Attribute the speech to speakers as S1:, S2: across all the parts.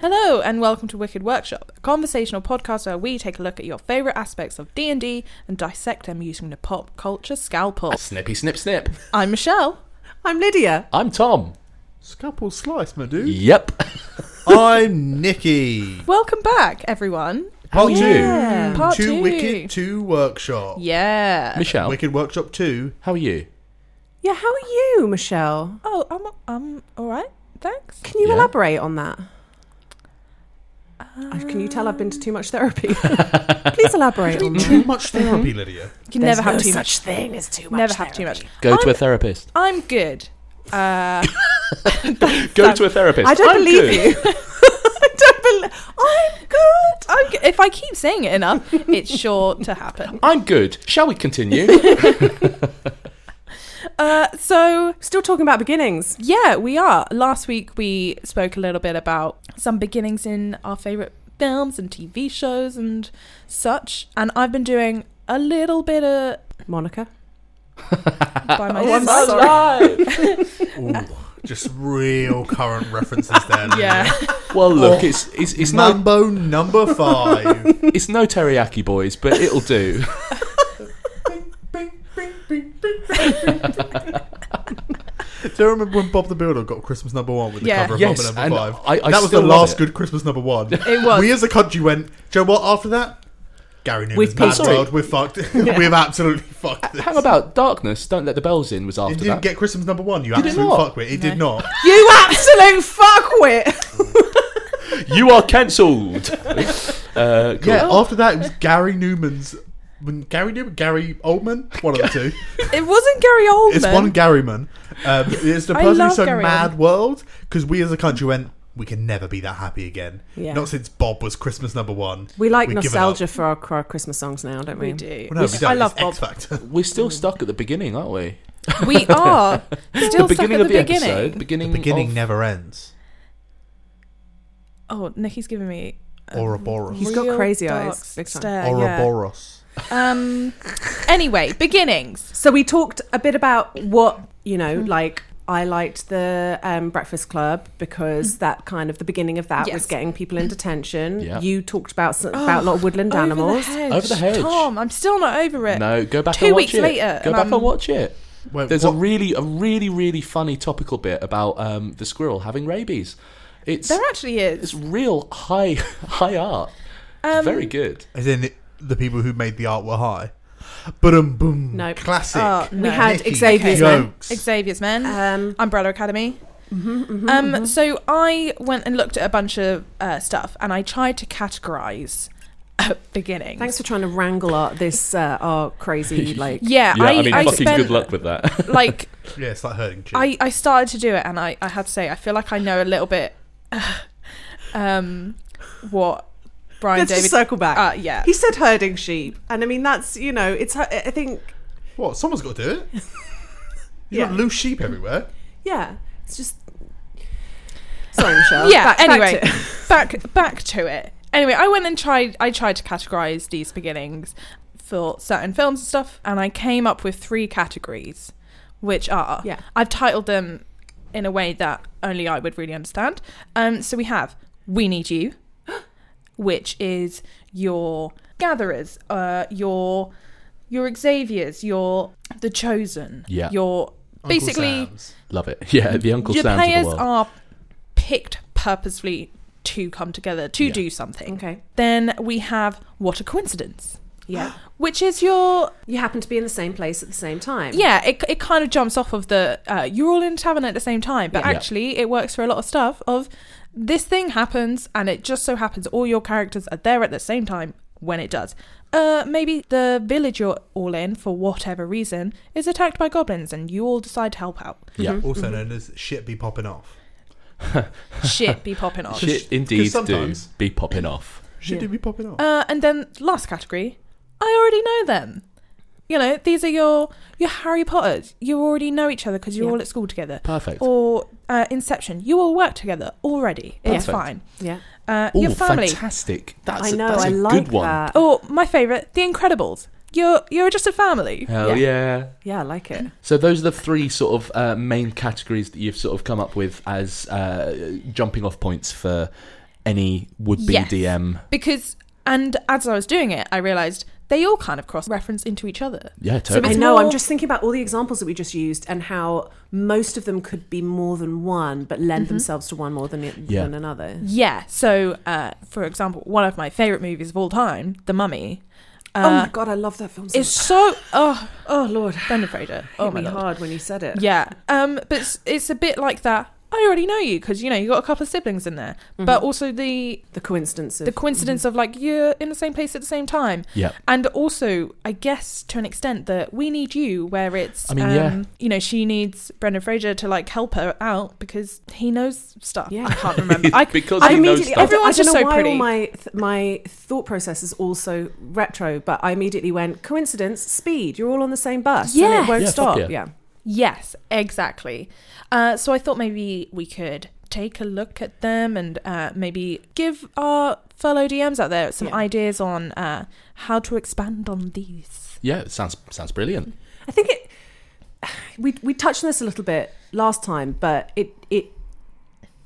S1: Hello and welcome to Wicked Workshop, a conversational podcast where we take a look at your favorite aspects of D&D and dissect them using the pop culture scalpel.
S2: Snippy, snip, snip.
S1: I'm Michelle.
S3: I'm Lydia.
S2: I'm Tom.
S4: Scalpel slice, my dude.
S2: Yep.
S4: I'm Nikki.
S1: Welcome back, everyone.
S4: Part two.
S2: Mm,
S1: Yeah. Part
S4: two.
S1: two.
S4: Wicked Two Workshop.
S1: Yeah.
S2: Michelle,
S4: Wicked Workshop Two.
S2: how are you?
S3: Yeah, how are you, Michelle?
S1: Oh, I'm I'm all right. Thanks.
S3: Can you
S2: Yeah.
S3: elaborate on that? I Can you tell I've been to too much therapy? Please elaborate on that.
S4: Too much therapy, Lydia.
S1: You can
S3: There's
S1: never have
S3: no
S1: too much.
S3: such thing as too much.
S1: Never have too much.
S2: Go to
S1: I'm-
S2: a therapist.
S1: I'm good. Uh,
S2: Go to a therapist.
S3: I don't
S2: I'm
S3: believe
S2: good.
S3: you. I don't believe.
S1: I'm good. I'm good. If I keep saying it enough, it's sure to happen.
S2: I'm good. Shall we continue?
S1: Uh, so
S3: Still talking about beginnings.
S1: Yeah, we are. Last week we spoke a little bit about some beginnings in our favorite films and TV shows and such, and I've been doing a little bit of
S3: Monica.
S1: by
S3: Uh, oh, I'm
S1: myself.
S3: sorry.
S4: Ooh, just real current references there. Lydia.
S1: Yeah,
S2: well, look,
S4: Oh.
S2: it's it's it's no
S4: Mambo number five.
S2: it's no teriyaki boys, but it'll do.
S4: Do you remember when Bob the Builder got Christmas number one with the
S1: Yeah.
S4: cover of
S2: yes,
S4: Mambo
S2: and I,
S4: number five?
S2: I
S4: that was
S2: still
S4: the
S2: love
S4: last
S2: it.
S4: good Christmas number one.
S1: it was.
S4: We as a country went, do you know what, after that? Gary Newman's
S3: We've
S4: Mad
S3: peaked.
S4: World, we're fucked. We've absolutely fucked this.
S2: How about darkness? Don't let the bells in. Was
S4: It
S2: after
S4: didn't
S2: that.
S4: get Christmas number one, you
S2: it
S4: absolute
S2: not?
S4: fuckwit. It did not.
S3: You absolute fuckwit.
S2: you are cancelled. uh, cool.
S4: Yeah, after that, it was Gary Newman's. When Gary Newman? Gary Oldman? One of the two.
S1: it wasn't Gary Oldman.
S4: It's one Garyman. Um, it's the
S1: I
S4: person
S1: love
S4: who sang
S1: Gary
S4: Mad World, because we as a country went, we can never be that happy again.
S3: Yeah.
S4: Not since Bob was Christmas number one.
S3: We like
S4: We've given
S3: nostalgia
S4: up.
S3: for our, for our Christmas songs now, don't we?
S1: we do.
S4: Well, no, we don't.
S1: I love
S4: It's
S1: Bob.
S4: X Factor.
S2: We're still stuck at the beginning, aren't we?
S1: We are still
S2: the
S1: stuck
S2: beginning
S1: at the,
S2: of the
S1: beginning.
S2: episode. Beginning.
S4: Beginning
S2: of-
S4: never ends.
S1: Oh, Nikki's giving me
S4: Ouroboros.
S3: He's got
S1: real
S3: crazy
S1: dark
S3: eyes, big time.
S1: stare, yeah.
S4: Ouroboros.
S1: Um. Anyway, beginnings.
S3: So we talked a bit about what you know, like I liked the um, Breakfast Club because that kind of the beginning of that
S1: Yes.
S3: was getting people in detention.
S2: Yeah.
S3: You talked about s- about a lot of woodland animals.
S1: Over the, hedge.
S2: Over the hedge.
S1: Tom, I'm still not over it.
S2: No, go back
S1: Two
S2: and watch
S1: weeks
S2: it.
S1: later,
S2: Go
S1: and
S2: back
S1: I'm-
S2: and watch it.
S4: Wait,
S2: There's
S4: what?
S2: a really, a really, really funny topical bit about um, the squirrel having rabies. It's
S1: There actually is.
S2: it's real high high art. It's very good.
S4: As in, it- the people who made the art were high. But um, boom.
S3: Nope.
S4: Classic.
S1: Oh, no.
S3: We had
S4: Nicky
S3: Xavier's
S4: Jokes.
S3: name.
S1: Xavier's Men,
S3: Um, Mm-hmm,
S1: Umbrella Academy. um, So I went and looked at a bunch of uh, stuff, and I tried to categorize uh, beginnings.
S3: Thanks for trying to wrangle our, this uh, our crazy like.
S1: Yeah, I, I spent,
S2: with that.
S1: Like
S4: Yeah, it's like herding chickens.
S1: I, I started to do it, and I, I have to say, I feel like I know a little bit. um, what Brian
S3: Let's
S1: David?
S3: just circle back.
S1: uh, yeah,
S3: he said herding sheep, and I mean that's you know it's I think
S4: What? Someone's got to do it. You've
S3: Yeah.
S4: got loose sheep everywhere.
S3: yeah it's just. Sorry, Michelle.
S1: yeah.
S3: Back- back
S1: anyway,
S3: to-
S1: back back to it. Anyway, I went and tried. I tried to categorize these beginnings for certain films and stuff, and I came up with three categories, which are
S3: Yeah.
S1: I've titled them in a way that only I would really understand. Um, so we have "We Need You," which is your gatherers, uh, your your Xavier's, your the chosen,
S2: Yeah.
S1: your basically
S4: Uncle Sam's.
S2: Love it. Yeah, the Uncle
S1: your
S2: Sam's of the
S1: players
S2: world.
S1: are picked purposefully to come together to do something.
S3: Okay.
S1: Then we have what a coincidence,
S3: yeah,
S1: which is your
S3: you happen to be in the same place at the same time.
S1: yeah. It it kind of jumps off of the uh, you're all in a tavern at the same time, but
S2: Yeah. Yeah.
S1: actually it works for a lot of stuff. Of this thing happens, and it just so happens all your characters are there at the same time when it does. Uh, maybe the village you're all in for whatever reason is attacked by goblins, and you all decide to help out.
S2: yeah.
S4: Also known as shit be popping off.
S1: Shit be popping off.
S2: Shit indeed do
S4: sometimes-
S2: be popping off.
S4: Shit do be popping off.
S1: Uh, and then last category, I already know them. You know, these are your your Harry Potters. You already know each other because you're
S3: Yeah.
S1: all at school together.
S2: Perfect.
S1: Or uh, Inception. You all work together already. It's
S2: Perfect.
S1: fine.
S3: yeah.
S1: Uh,
S2: Ooh,
S1: your family.
S2: fantastic. That's
S3: I
S2: a-
S3: know.
S2: that's
S3: I
S2: a
S3: like
S2: good one.
S3: that.
S1: Or my favorite, The Incredibles. You're you're just a family.
S2: Hell
S3: Yeah.
S2: yeah.
S3: Yeah, I like it.
S2: So those are the three sort of uh, main categories that you've sort of come up with as uh, jumping off points for any would be
S1: Yes.
S2: DM.
S1: because and as I was doing it, I realized they all kind of cross reference into each other.
S2: Yeah,
S1: So
S2: totally.
S3: I
S1: It's
S3: know. I'm
S1: more-
S3: just thinking about all the examples that we just used and how most of them could be more than one, but lend themselves to one more than
S2: Yeah.
S3: than another.
S1: Yeah. So, uh, for example, one of my favorite movies of all time, The Mummy.
S3: oh my
S1: Uh,
S3: god, I love that film. So
S1: it's so oh
S3: oh lord,
S1: Brendan Fraser.
S3: hit
S1: Oh my
S3: me
S1: god.
S3: hard when you said it.
S1: Yeah. Um, but it's, it's a bit like that. I already know you because you know you got a couple of siblings in there,
S2: Mm-hmm.
S1: but also the
S3: The coincidence of
S1: the coincidence of like you're in the same place at the same time,
S2: yeah.
S1: and also I guess to an extent that we need you where it's
S2: I mean,
S1: um,
S2: yeah.
S1: you know she needs Brendan Fraser to like help her out because he knows stuff.
S3: Yeah.
S1: I can't remember. I,
S2: because
S3: I
S2: he knows
S3: immediately.
S2: stuff.
S1: every- Everyone's
S3: Everyone's I don't
S1: just
S3: know
S1: so
S3: why all
S1: pretty.
S3: my th- my thought process is also retro, but I immediately went coincidence, speed. You're all on the same bus. and
S1: Yes.
S3: it won't
S2: Yeah, fuck
S3: stop.
S2: yeah.
S3: yeah.
S1: Yes, exactly. Uh, so I thought maybe we could take a look at them and uh, maybe give our fellow DMs out there some
S3: Yeah.
S1: ideas on uh, how to expand on these.
S2: Yeah, it sounds sounds brilliant.
S3: I think it. We we touched on this a little bit last time, but it it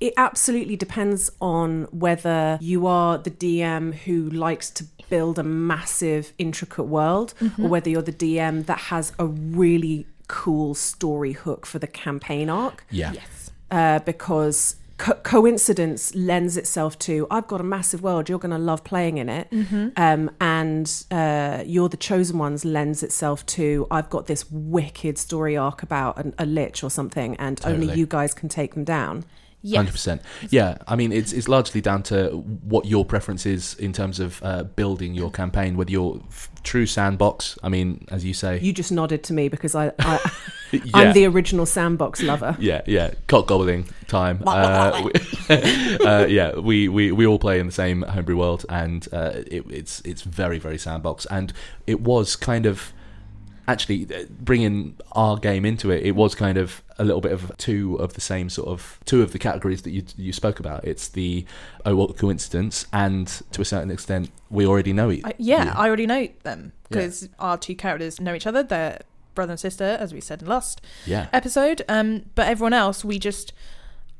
S3: it absolutely depends on whether you are the DM who likes to build a massive intricate world,
S1: Mm-hmm.
S3: or whether you're the DM that has a really cool story hook for the campaign arc
S2: Yeah.
S1: Yes.
S3: uh, because co- coincidence lends itself to I've got a massive world, you're going to love playing in it. Um, and uh, You're the Chosen Ones lends itself to I've got this wicked story arc about an, a lich or something, and only
S2: Totally.
S3: you guys can take them down.
S2: Hundred
S1: Yes.
S2: percent. Yeah, I mean, it's it's largely down to what your preference is in terms of uh, building your campaign. Whether you're f- true sandbox, I mean, as you say,
S3: You just nodded to me because I, I,
S2: yeah,
S3: I'm the original sandbox lover.
S2: yeah, yeah, cock gobbling time. uh, we- uh, yeah, we, we we all play in the same homebrew world, and uh, it, it's it's very very sandbox, and it was kind of. Actually, uh, bringing our game into it, it was kind of a little bit of two of the same sort of two of the categories that you you spoke about. It's the oh what coincidence, and to a certain extent, we already know it.
S1: I, yeah,
S2: Yeah.
S1: I already know them
S2: Yeah.
S1: because our two characters know each other. They're brother and sister, as we said in last
S2: yeah,
S1: episode. Um, but everyone else, we just,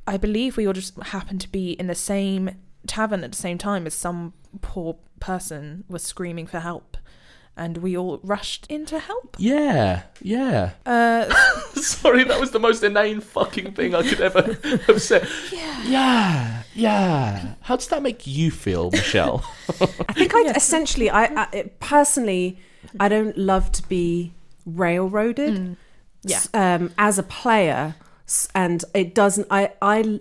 S1: I believe we all just happened to be in the same tavern at the same time as some poor person was screaming for help. And we all rushed in to help.
S2: yeah, yeah.
S1: Uh,
S2: Sorry, that was the most inane fucking thing I could ever have said. Yeah. Yeah. Yeah. How does that make you feel, Michelle?
S3: I think I essentially, I, I it- personally, I don't love to be railroaded.
S1: yeah.
S3: s- um, as a player s- and it doesn't I, I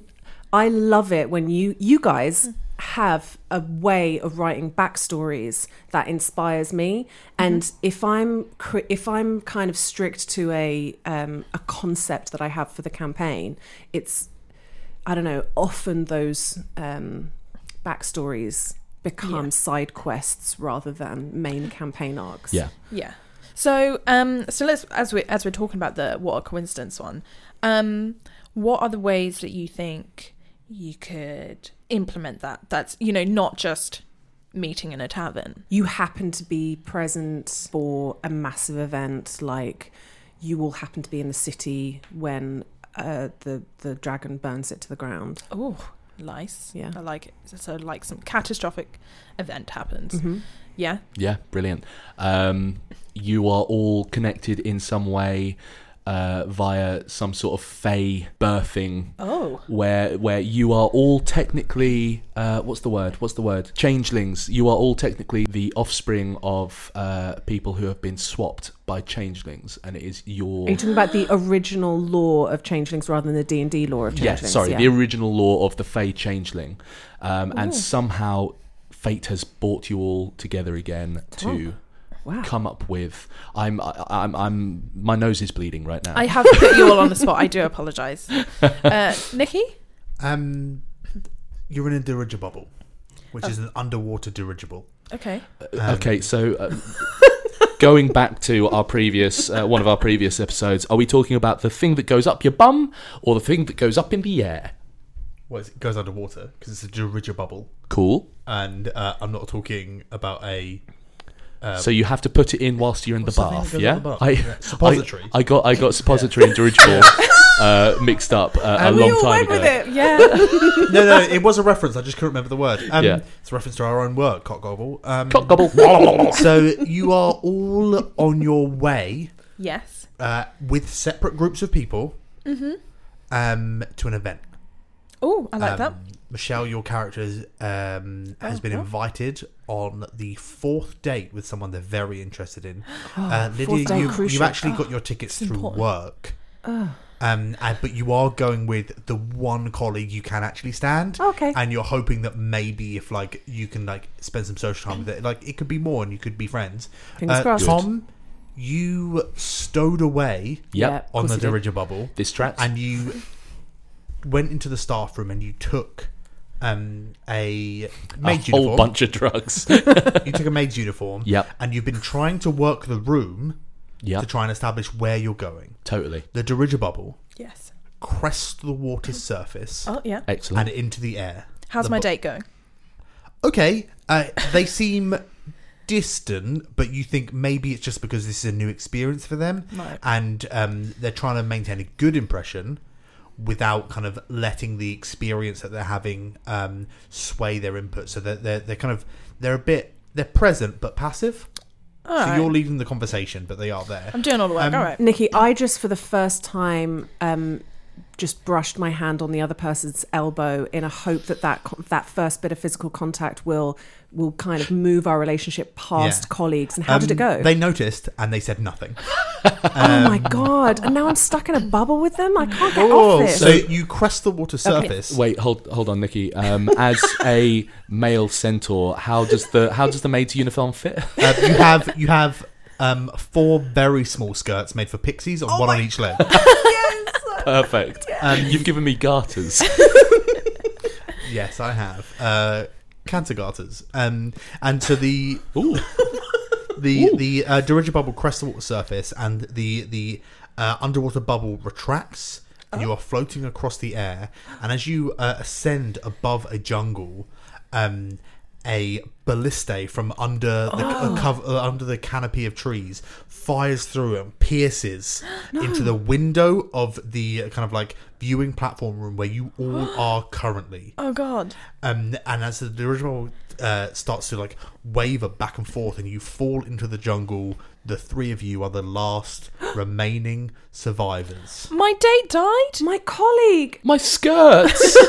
S3: i love it when you you guys have a way of writing backstories that inspires me and if i'm cr- if i'm kind of strict to a um, a concept that i have for the campaign it's i don't know often those um, backstories become side quests rather than main campaign arcs
S2: yeah.
S1: Yeah. So um so let's as we as we're talking about the what a coincidence one, um what are the ways that you think you could implement that? That's you know, not just meeting in a tavern.
S3: you happen to be present for a massive event, like you all happen to be in the city when uh, the the dragon burns it to the ground.
S1: Oh, nice.
S3: Yeah.
S1: I like it. So, so like some catastrophic event happens.
S3: Mhm.
S1: Yeah.
S2: Yeah. Brilliant. Um, you are all connected in some way uh, via some sort of fey birthing
S1: Oh.
S2: where where you are all technically uh, what's the word what's the word changelings you are all technically the offspring of uh, people who have been swapped by changelings and it is your
S3: Are you talking about the original law of changelings rather than the D and D law of
S2: Yeah,
S3: changelings?
S2: sorry, the original law of the Fey Changeling, um, and
S3: Oh.
S2: somehow fate has brought you all together again to
S3: wow.
S2: come up with. I'm, I- I'm, I'm. My nose is bleeding right now.
S1: I have put you all on the spot. I do apologize. Uh, Nikki?
S4: Um, you're in a dirigible bubble, which is an underwater dirigible.
S1: Okay.
S4: Um,
S2: okay, so. Uh, Going back to our previous uh, one of our previous episodes, are we talking about the thing that goes up your bum or the thing that goes up in the air?
S4: Well, it's- it goes underwater because it's a dirigible bubble,
S2: Cool.
S4: and uh, I'm not talking about a
S2: so you have to put it in whilst you're in the
S4: What's the
S2: bath,
S4: thing that Um, goes
S2: yeah?
S4: in the bath?
S2: I,
S4: Yeah, suppository.
S2: I, I got I got suppository and dirigible uh, mixed up uh, a
S4: And-
S3: we
S2: long
S3: all
S2: time
S3: went
S2: ago.
S3: with it.
S1: Yeah.
S4: no, no, it was a reference. I just couldn't remember the word. Um,
S2: Yeah.
S4: It's a reference to our own work, cock gobble. Um,
S2: Cock gobble.
S4: so you are all on your way
S1: yes.
S4: uh, with separate groups of people
S3: Mm-hmm.
S4: um, to an event.
S1: Oh, I like
S4: um,
S1: that.
S4: Michelle, your character is, um, has
S1: Oh,
S4: been
S1: what?
S4: invited on the fourth date with someone they're very interested in. uh,
S3: fourth
S4: Lydia,
S3: date,
S4: you, you've
S3: crucial.
S4: actually got your tickets
S1: it's
S4: through
S1: important.
S4: work. Um, and, but you are going with the one colleague you can actually stand,
S3: Okay.
S4: and you're hoping that maybe if like you can like spend some social time with it, like it could be more and you could be friends.
S3: Fingers
S4: Uh,
S3: crossed.
S4: Tom, you stowed away
S2: Yep.
S3: Yeah, of
S4: on
S3: course
S4: the
S3: he did.
S4: dirigible bubble,
S2: This tracks.
S4: and you went into the staff room and you took um, a
S2: a
S4: maid's
S2: whole
S4: uniform.
S2: bunch of drugs.
S4: You took a maid's uniform,
S2: Yep.
S4: and you've been trying to work the room
S2: yeah,
S4: to try and establish where you're going.
S2: totally.
S4: The dirigible bubble
S1: Yes.
S4: crests the water's surface
S1: Oh, yeah.
S2: Excellent.
S4: and into the air.
S1: How's
S4: The
S1: my
S4: bu-
S1: date going?
S4: Okay, uh, they seem distant, but you think maybe it's just because this is a new experience for them,
S1: No.
S4: and um, they're trying to maintain a good impression without kind of letting the experience that they're having um, sway their input. So that they're, they're kind of they're a bit they're present but passive.
S1: All
S4: so
S1: right.
S4: you're leading the conversation, but they are there.
S1: I'm doing all the work.
S4: Um,
S1: all right.
S3: Nikki, I just for the first time um, just brushed my hand on the other person's elbow in a hope that that, co- that first bit of physical contact will will kind of move our relationship past
S4: Yeah.
S3: colleagues. And how did
S4: Um,
S3: it go?
S4: They noticed and they said nothing.
S3: oh
S4: Um,
S3: my god! And now I'm stuck in a bubble with them. I can't get off this.
S4: so you crest the water surface.
S2: Wait, hold hold on, Nikki. Um, as a male centaur, how does the how does the maid's uniform fit?
S4: Uh, you have you have um, four very small skirts made for pixies, on one on each leg.
S2: Perfect.
S4: Um,
S2: You've given me garters.
S4: yes, I have uh, cancer garters. Um, and so the
S2: Ooh.
S4: the
S2: Ooh.
S4: the uh, dirigible bubble crests the water surface, and the the uh, underwater bubble retracts, and
S2: Oh.
S4: you are floating across the air. And as you uh, ascend above a jungle, um, a ballistae from under the
S2: Oh.
S4: uh, cover, uh, under the canopy of trees fires through and pierces into the window of the uh, kind of like viewing platform room where you all are currently.
S1: Oh, God.
S4: Um, and as the dirigible uh, starts to like waver back and forth, and you fall into the jungle, the three of you are the last remaining survivors.
S1: My date died?
S3: my colleague.
S2: My skirts.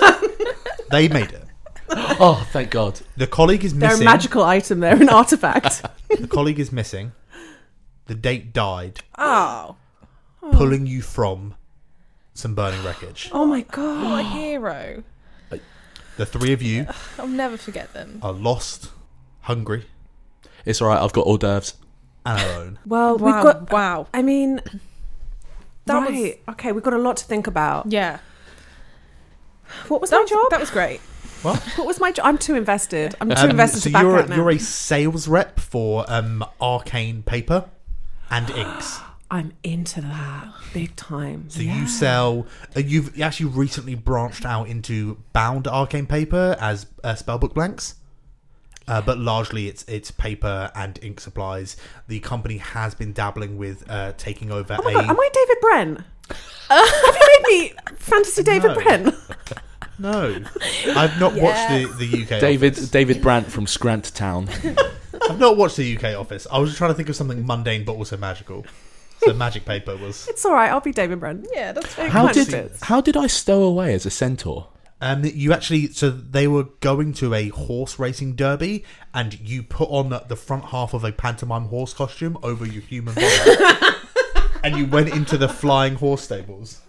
S4: They made it.
S2: oh, thank God.
S4: The colleague is
S3: They're
S4: missing.
S3: a magical item. They're an artifact.
S4: The colleague is missing. The date died,
S1: Oh.
S4: pulling you from some burning wreckage.
S3: oh my god!
S1: What a hero.
S4: The three of you
S1: I'll never forget them.
S4: are lost, hungry,
S2: It's all right. I've got hors d'oeuvres.
S4: and alone.
S3: Well,
S1: wow.
S3: we've got.
S1: wow.
S3: I mean,
S1: That was-
S3: right. Okay, we've got a lot to think about.
S1: Yeah.
S3: What was
S1: that
S3: my
S1: was,
S3: job?
S1: That was great.
S3: What was my job? I'm too invested. I'm too
S4: Um,
S3: invested
S4: so
S3: to back
S4: you're
S3: out
S4: a,
S3: now.
S4: you're a sales rep for um, arcane paper and inks.
S3: I'm into that big time.
S4: So you sell. Uh, you've actually recently branched out into bound arcane paper as uh, spellbook blanks, uh, but largely it's it's paper and ink supplies. The company has been dabbling with uh, taking over
S3: Oh my
S4: a.
S3: god, am I David Brent? Have you made me fantasy David
S4: No.
S3: Brent?
S4: no, I've not watched the the UK.
S2: David
S4: office.
S2: David Brandt from Scrant Town.
S4: I've not watched the UK office. I was trying to think of something mundane but also magical. So magic paper was.
S3: It's all right. I'll be David Brent.
S1: Yeah, that's very
S2: How
S3: Can't
S2: did
S3: see this.
S2: how did I stow away as a centaur?
S4: Um, you actually, so they were going to a horse racing derby, and you put on the, the front half of a pantomime horse costume over your human body, and you went into the flying horse stables.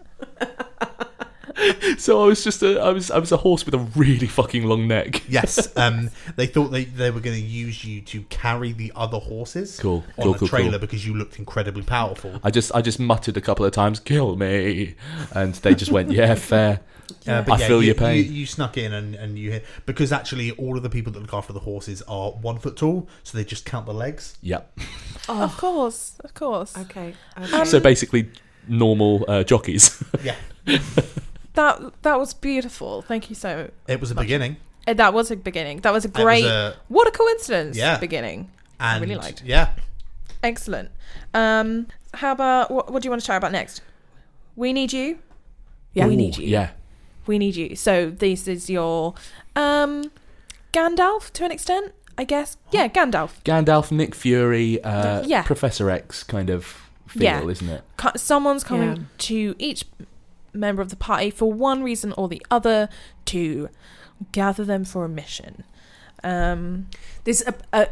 S2: So I was just a I was I was a horse with a really fucking long neck.
S4: Yes, um, they thought they, they were going to use you to carry the other horses
S2: Cool,
S4: on
S2: cool,
S4: the
S2: cool,
S4: trailer
S2: cool.
S4: because you looked incredibly powerful.
S2: I just I just muttered a couple of times, "Kill me," and they just went, "Yeah, fair."
S4: Uh,
S2: I feel
S4: you,
S2: your pain.
S4: You, you snuck in and, and you hit because actually all of the people that look after the horses are one foot tall, so they just count the legs.
S2: Yep.
S1: Of course. Of course.
S3: Okay.
S2: So basically, normal uh, jockeys.
S4: Yeah,
S1: That that was beautiful. Thank you so.
S4: it was a beginning.
S1: uh, That was a beginning. That was a
S4: It was
S1: great.
S4: a-
S1: what a coincidence.
S4: Yeah.
S1: Beginning.
S4: and
S1: really liked.
S4: Yeah,
S1: Excellent. Um, how about what, what do you want to chat about next? We need you. Yeah.
S2: Ooh,
S1: We
S3: need you.
S2: Yeah.
S1: We need you. So this is your um Gandalf to an extent, I guess. Yeah, Gandalf.
S2: Gandalf, Nick Fury, uh,
S1: Yeah.
S2: Professor X kind of feel,
S1: Yeah.
S2: isn't it?
S1: Ca- Someone's coming
S3: Yeah.
S1: to each member of the party for one reason or the other to gather them for a mission. Um,
S3: There's a, a uh,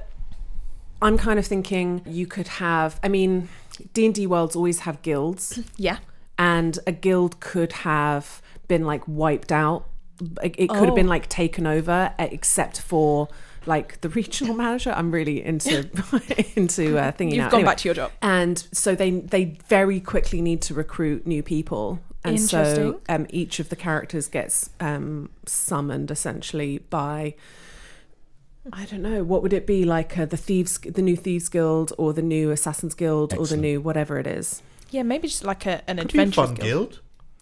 S3: I'm kind of thinking you could have I mean D&D worlds always have guilds
S1: yeah.
S3: and a guild could have been like wiped out it it could have been
S1: Oh.
S3: like taken over eh, except for like the regional manager I'm really into into uh, thingy
S1: You've
S3: now.
S1: gone
S3: Anyway.
S1: back to your job.
S3: and so they they very quickly need to recruit new people and so
S1: Interesting.
S3: um, each of the characters gets um, summoned essentially by I don't know what would it be like uh, the thieves the new thieves guild or the new assassins guild or the
S2: Excellent.
S3: new whatever it is
S1: Yeah, maybe just like a, an
S4: Could be a
S1: adventure
S4: fun guild,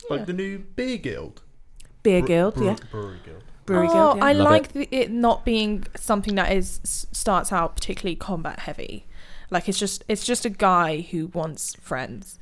S4: like the new beer guild,
S3: beer
S4: Bre-
S3: guild
S4: brew-
S3: yeah
S4: brewery guild.
S3: brewery
S1: oh,
S3: guild yeah.
S1: I
S2: Love
S1: like the, it not being something that is s- starts out particularly combat heavy. Like it's just it's just a guy who wants friends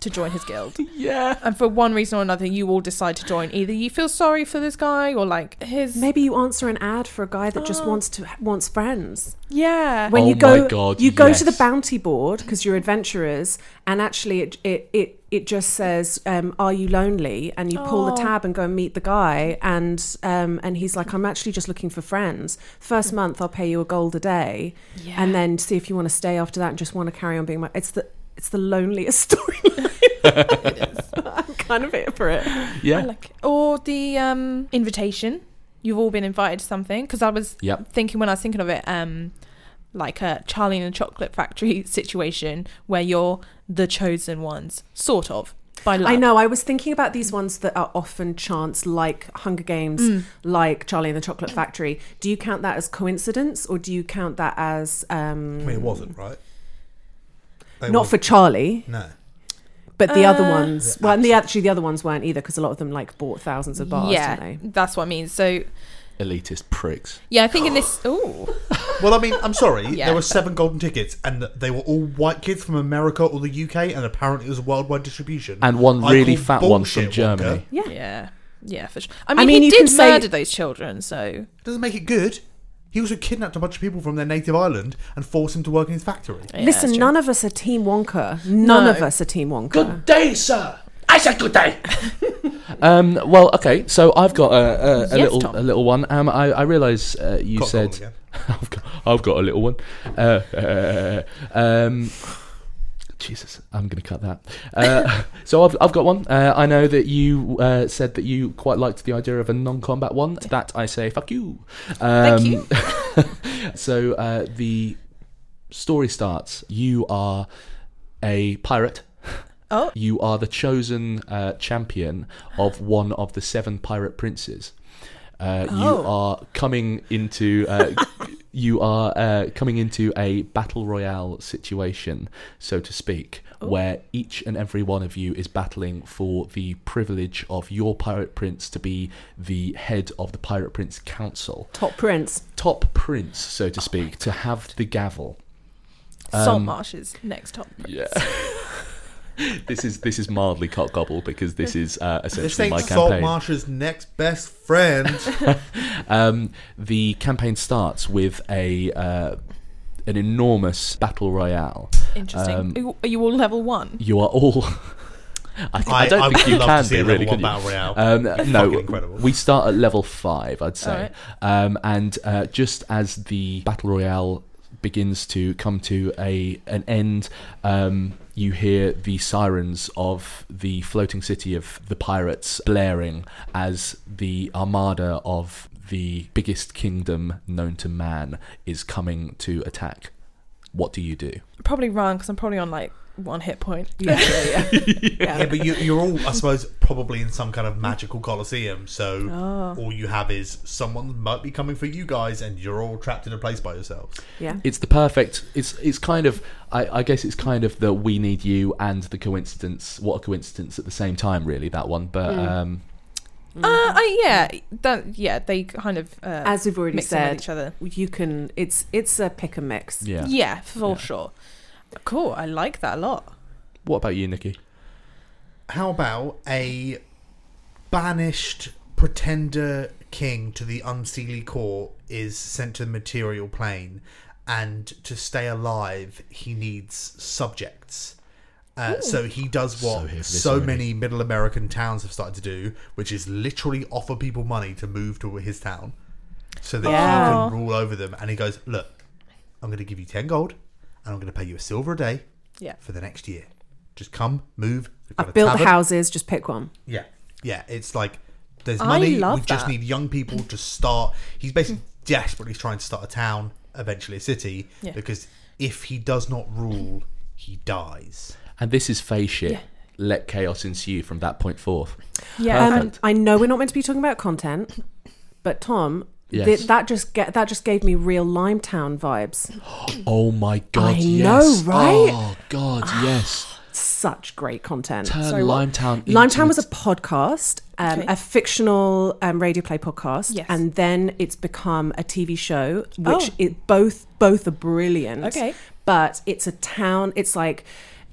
S1: to join his guild.
S2: Yeah.
S1: And for one reason or another, you all decide to join. Either you feel sorry for this guy, or like his
S3: Maybe you answer an ad for a guy that just
S1: Oh.
S3: wants to wants friends.
S1: yeah.
S3: When
S2: Oh
S3: you
S2: my
S3: go,
S2: God,
S3: you go
S2: yes.
S3: to the bounty board because you're adventurers, and actually it it it, it just says, um, "Are you lonely?" And you pull the
S1: Oh.
S3: tab and go and meet the guy, and um, and he's like, "I'm actually just looking for friends. First
S2: Hmm.
S3: month, I'll pay you a gold a day,
S1: Yeah.
S3: and then see if you want to stay after that and just want to carry on being my." It's the it's the loneliest story. I'm kind of here for it.
S2: Yeah.
S1: I like it. Or the um, invitation. You've all been invited to something. Because I was
S2: Yep.
S1: thinking when I was thinking of it, um, like a Charlie and the Chocolate Factory situation where you're the chosen ones, sort of by love.
S3: I know. I was thinking about these ones that are often chance, like Hunger Games,
S1: Mm.
S3: like Charlie and the Chocolate Factory. Do you count that as coincidence, or do you count that as um,
S4: I mean, it wasn't right. They
S3: not for
S4: wasn't-
S3: Charlie,
S4: no.
S3: but the other
S1: Uh,
S3: ones?
S4: Yeah,
S3: Well, and the actually the other ones weren't either because a lot of them like bought thousands of bars,
S1: yeah,
S3: didn't they?
S1: that's what I mean. So
S2: Elitist pricks.
S1: yeah, I think in this. Oh,
S4: Well, I mean, I'm sorry.
S1: Yeah,
S4: there were
S1: but-
S4: seven golden tickets, and they were all white kids from America or the UK, and apparently it was worldwide distribution.
S2: And one
S4: I
S2: really
S4: call
S2: fat one from
S4: bullshit,
S2: Germany.
S4: Wonka.
S3: Yeah.
S1: yeah, yeah. For sure. I mean,
S3: mean,
S1: he
S3: you
S1: did
S3: can say-
S1: murder those children. So
S4: Doesn't make it good. He also kidnapped a bunch of people from their native island and forced them to work in his factory.
S1: yeah,
S3: Listen,
S1: that's true.
S3: none of us are Team Wonka. None
S1: No.
S3: of us are Team Wonka.
S2: day, sir. I said good day. um, well, okay. So I've got a, a, a
S1: Yes,
S2: little
S1: Tom.
S2: a little one. Um, I, I realise uh, you
S4: Cock
S2: said
S4: call again.
S2: I've got I've got a little one. Uh, uh, um, Jesus, I'm going to cut that. Uh, so I've I've got one. Uh, I know that you uh, said that you quite liked the idea of a non-combat one. That I say fuck you. Um,
S1: Thank you.
S2: so uh, the story starts. You are a pirate.
S1: Oh.
S2: You are the chosen uh, champion of one of the seven pirate princes. Uh, You
S1: Oh.
S2: are coming into. Uh, You are uh, coming into a battle royale situation, so to speak, where each and every one of you is battling for the privilege of your pirate prince to be the head of the pirate prince council
S3: Top Prince.
S2: top prince, so to speak, to have the gavel.
S1: Salt
S3: Um,
S1: Marsh's next top.
S2: Yeah. this is this is mildly cock gobble because this is uh,
S4: This
S2: essentially
S4: ain't
S2: my
S4: Salt
S2: campaign.
S4: Marsh's next best friend.
S2: um, the campaign starts with a uh, an enormous battle royale.
S1: Interesting.
S2: Um,
S1: are, you, are you all level one?
S2: You are all. I, c- I
S4: I-
S2: don't
S4: I
S2: think
S4: would
S2: you
S4: love
S2: can
S4: to see
S2: be
S4: a level
S2: really.
S4: one
S2: Can you?
S4: battle royale.
S2: Um, no,
S4: fucking incredible.
S2: we start at level five, I'd say,
S1: Alright.
S2: um, and uh, just as the battle royale begins to come to a an end, um, you hear the sirens of the floating city of the pirates blaring as the armada of the biggest kingdom known to man is coming to attack. What do you do?
S1: Probably run because I'm probably on like one hit point.
S3: Yeah, yeah, yeah.
S4: yeah, but you, you're all, I suppose, probably in some kind of magical coliseum. So all you have is someone might be coming for you guys, and you're all trapped in a place by yourselves.
S3: yeah.
S2: it's the perfect it's it's kind of I, I guess it's kind of the we need you and the coincidence what a coincidence at the same time really that one but
S3: Mm.
S2: um
S1: Uh, I, yeah, that, yeah, they kind of uh,
S3: As we've already
S1: mix them with
S3: said,
S1: each other.
S3: you can. It's it's a pick and mix.
S2: yeah.
S1: Yeah, for
S2: Yeah.
S1: sure. Cool. I like that a lot.
S2: what about you Nikki
S4: How about a banished pretender king to the unseelie court is sent to the material plane, and to stay alive, he needs subjects. Uh, so he does
S2: So
S4: what
S2: here for
S4: so,
S2: this already.
S4: many middle American towns have started to do, which is literally offer people money to move to his town so that
S1: Yeah.
S4: he can rule over them. And he goes, Look, I'm going to give you 10 gold and I'm going to pay you a silver a day
S1: Yeah.
S4: for the next year. Just come, move. We've got
S3: I've built
S4: tavern."
S3: houses. Just pick one.
S4: Yeah. Yeah. It's like there's
S1: I
S4: money.
S1: love
S4: we
S1: that.
S4: just
S1: Hmm.
S4: need young people to start. He's basically desperately trying to start a town, eventually a city,
S1: Yeah.
S4: because if he does not rule, he dies.
S2: And this is Faye shit.
S1: Yeah.
S2: Let chaos ensue from that point forth.
S1: Yeah.
S3: Um,
S2: Perfect.
S3: I know we're not meant to be talking about content, but Tom,
S2: Yes.
S3: thi- that just get that just gave me real Limetown vibes.
S2: Oh my god,
S3: Mm. I
S2: yes.
S3: know, right? Ah,
S2: Oh god, yes.
S3: Such great content.
S2: Turn
S1: Sorry, what?
S2: Limetown into
S3: Limetown was a podcast, um,
S1: Okay.
S3: a fictional um, radio play podcast,
S1: Yes.
S3: and then it's become a TV show, which
S1: Oh.
S3: it both both are brilliant.
S1: Okay.
S3: but it's a town. It's like.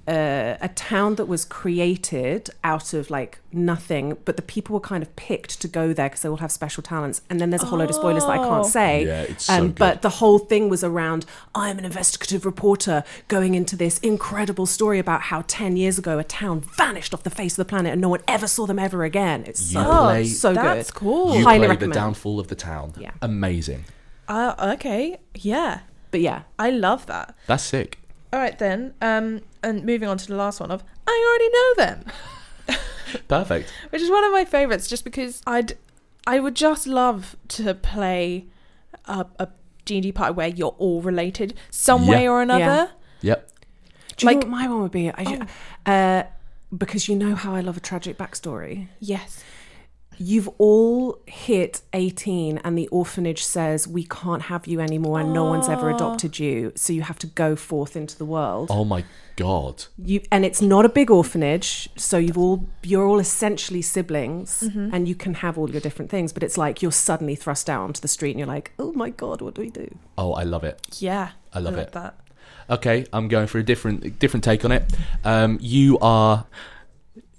S3: Uh, a town that was created out of like nothing, but the people were kind of picked to go there because they all have special talents. And then there's a whole load of spoilers that I can't
S1: Oh.
S3: say.
S2: Yeah, it's so good.
S3: Um, But the whole thing was around I'm an investigative reporter going into this incredible story about how 10 years ago a town vanished off the face of the planet and no one ever saw them ever again. It's so,
S2: You play-
S3: so good.
S1: that's cool.
S2: you
S3: Highly
S2: play
S3: recommend.
S2: the downfall of the town.
S3: Yeah.
S2: Amazing.
S1: Uh, okay. Yeah.
S3: But yeah,
S1: I love that.
S2: That's sick.
S1: All right then. Um, and moving on to the last one of I already know them.
S2: Perfect.
S1: which is one of my favorites just because i'd i would just love to play a, a d&d party where you're all related some
S2: Yeah.
S1: way or another
S3: Yeah.
S2: Yep.
S3: do you
S1: Like-
S3: know what my one would be? I ju- uh, because you know how I love a tragic backstory.
S1: yes
S3: You've all hit 18 and the orphanage says, we can't have you anymore and no one's ever adopted you. So you have to go forth into the world.
S2: Oh my god.
S3: you and it's not a big orphanage so you've all you're all essentially siblings and you can have all your different things but it's like you're suddenly thrust out onto the street and you're like oh my god what do we do
S2: Oh, I love it.
S1: yeah
S2: I love
S1: like
S2: it.
S1: that
S2: Okay, I'm going for a different different take on it. Um, you are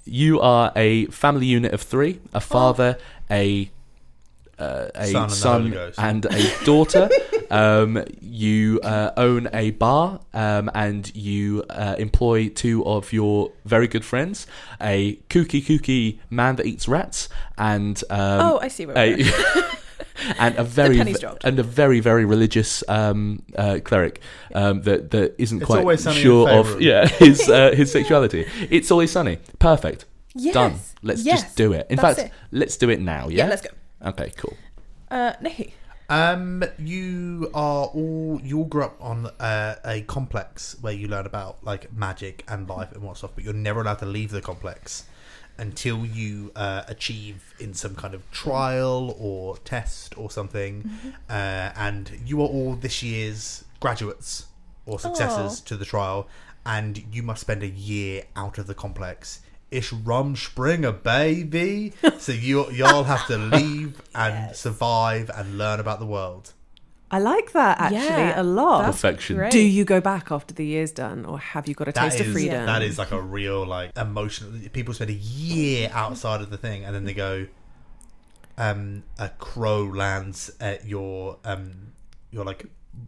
S2: you are a family unit of three: a father, a uh, a
S4: Oh. Son and
S2: son,
S4: the Holy Ghost.
S2: and a daughter. um, you uh, own a bar, um, and you uh, employ two of your very good friends: a kooky kooky man that eats rats, and um,
S1: oh i see where we're
S2: a,
S1: going.
S2: and a very
S1: penny's dropped.
S2: and a very very religious um, uh, cleric um, that that isn't
S4: It's
S2: quite
S4: always sunny in
S2: sure
S4: Faerun.
S2: of yeah his uh, his sexuality. It's always sunny. Perfect.
S1: yes.
S2: Done. Let's
S1: Yes.
S2: just do it. In
S1: That's
S2: fact,
S1: it.
S2: let's do it now.
S1: yeah,
S2: Yeah.
S1: let's go
S2: Okay. Cool.
S1: uh nikki
S4: Um, you are all you all grew up on uh, a complex where you learn about like magic and life and what stuff, but you're never allowed to leave the complex until you uh, achieve in some kind of trial or test or something. Uh, and you are all this year's graduates or successors to the trial, and you must spend a year out of the complex. It's Rumspringer, baby. so you y'all have to leave and survive and learn about the world.
S3: i like that actually
S1: Yeah,
S3: a lot
S1: that's
S2: Perfection.
S1: great.
S3: do you go back after the year's done or have you got a
S4: That
S3: taste
S4: is
S3: of freedom
S4: that is like a real like emotional. People spend a year outside of the thing, and then they go. Um, a crow lands at your um your like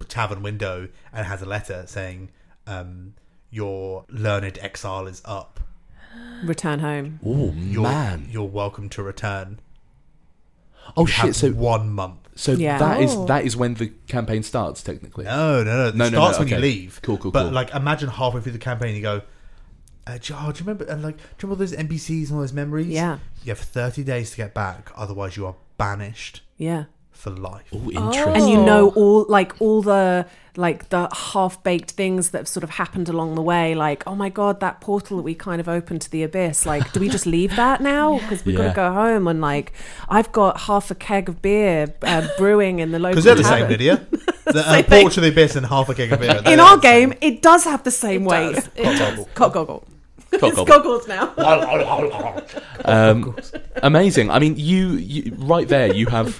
S4: tavern window and has a letter saying um your learned exile is up.
S3: return home
S2: Oh
S4: You're,
S2: man.
S4: you're welcome to return.
S2: Oh
S4: You have
S2: shit. So
S4: one month.
S2: so
S3: Yeah.
S2: that is
S1: Oh.
S2: that is when the campaign starts technically.
S4: No, no, no. It
S2: No, no, no,
S4: starts when you
S2: okay.
S4: leave.
S2: Cool, cool,
S4: But
S2: cool.
S4: like, imagine halfway through the campaign, you go, uh, do, you- oh, do you remember? And like, do you remember those NPCs and all those memories?
S3: Yeah.
S4: You have thirty days to get back. Otherwise, you are banished
S3: yeah
S4: for life.
S2: Oh, interesting.
S3: and you
S1: Oh.
S3: know all like all the like the half-baked things that have sort of happened along the way like oh my god that portal that we kind of opened to the abyss like do we just leave that now because we've got
S2: Yeah.
S3: to go home and like i've got half a keg of beer uh, brewing in the local
S4: Because they're the same
S3: tavern.
S4: video. The uh,
S3: Same thing.
S4: porch of the abyss and half a keg of beer.
S3: in our game it does have the same
S1: It
S3: weight
S1: does. It does.
S3: cock goggle it's
S2: goggle.
S3: goggles now
S2: Um, amazing. I mean, you, you right there. You have.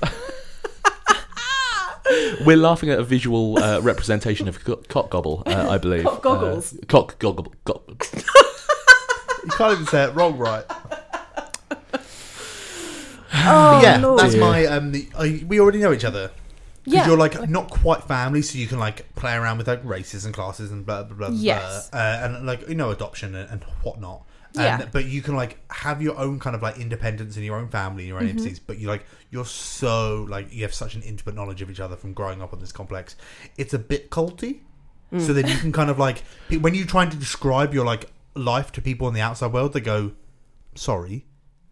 S2: We're laughing at a visual uh, representation of co- cock gobble, uh, I believe.
S3: Cock goggles.
S2: Uh, cock goggle. Cock.
S4: you can't even say it wrong, right? But
S3: Oh,
S4: yeah,
S3: Lord.
S4: that's
S2: Yeah.
S4: my. Um, the, I, we already know each other. Because
S1: Yeah.
S4: you're like not quite family, so you can like play around with like races and classes and blah blah blah. blah,
S1: Yes.
S4: blah uh, and like you know adoption and, and whatnot. Um,
S1: Yeah.
S4: But you can like have your own kind of like independence in your own family and your own
S1: Mm-hmm.
S4: entities. But you like you're so like you have such an intimate knowledge of each other from growing up on this complex. It's a bit culty. So
S1: Mm.
S4: then you can kind of like pe- when you're trying to describe your like life to people in the outside world, they go, "Sorry,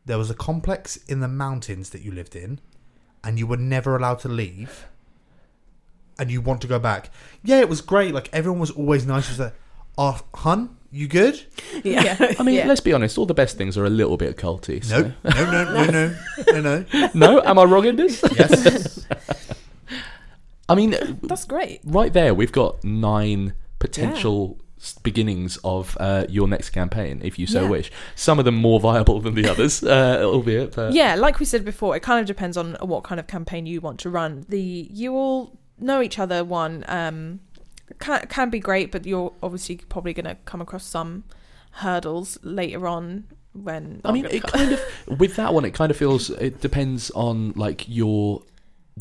S4: there was a complex in the mountains that you lived in, and you were never allowed to leave, and you want to go back." Yeah, it was great. Like everyone was always nice. It Was like, "Ah, hun, you good?"
S3: Yeah.
S1: Yeah.
S2: I mean,
S1: Yeah.
S2: let's be honest. All the best things are a little bit culty.
S4: No,
S2: So.
S4: no, no, no, no, no, no.
S2: no, am I wrong in this?
S4: Yes,
S2: I mean,
S1: That's great.
S2: right there, we've got nine potential s beginnings of uh, your next campaign, if you so
S3: Yeah.
S2: wish. Some of them more viable than the others, uh, albeit. But
S1: yeah, like we said before, it kind of depends on what kind of campaign you want to run. The you all know each other one um, can can be great, but you're obviously probably going to come across some hurdles later on when
S2: I mean,
S1: oh,
S2: it
S1: God.
S2: kind of with that one, it kind of feels it depends on like your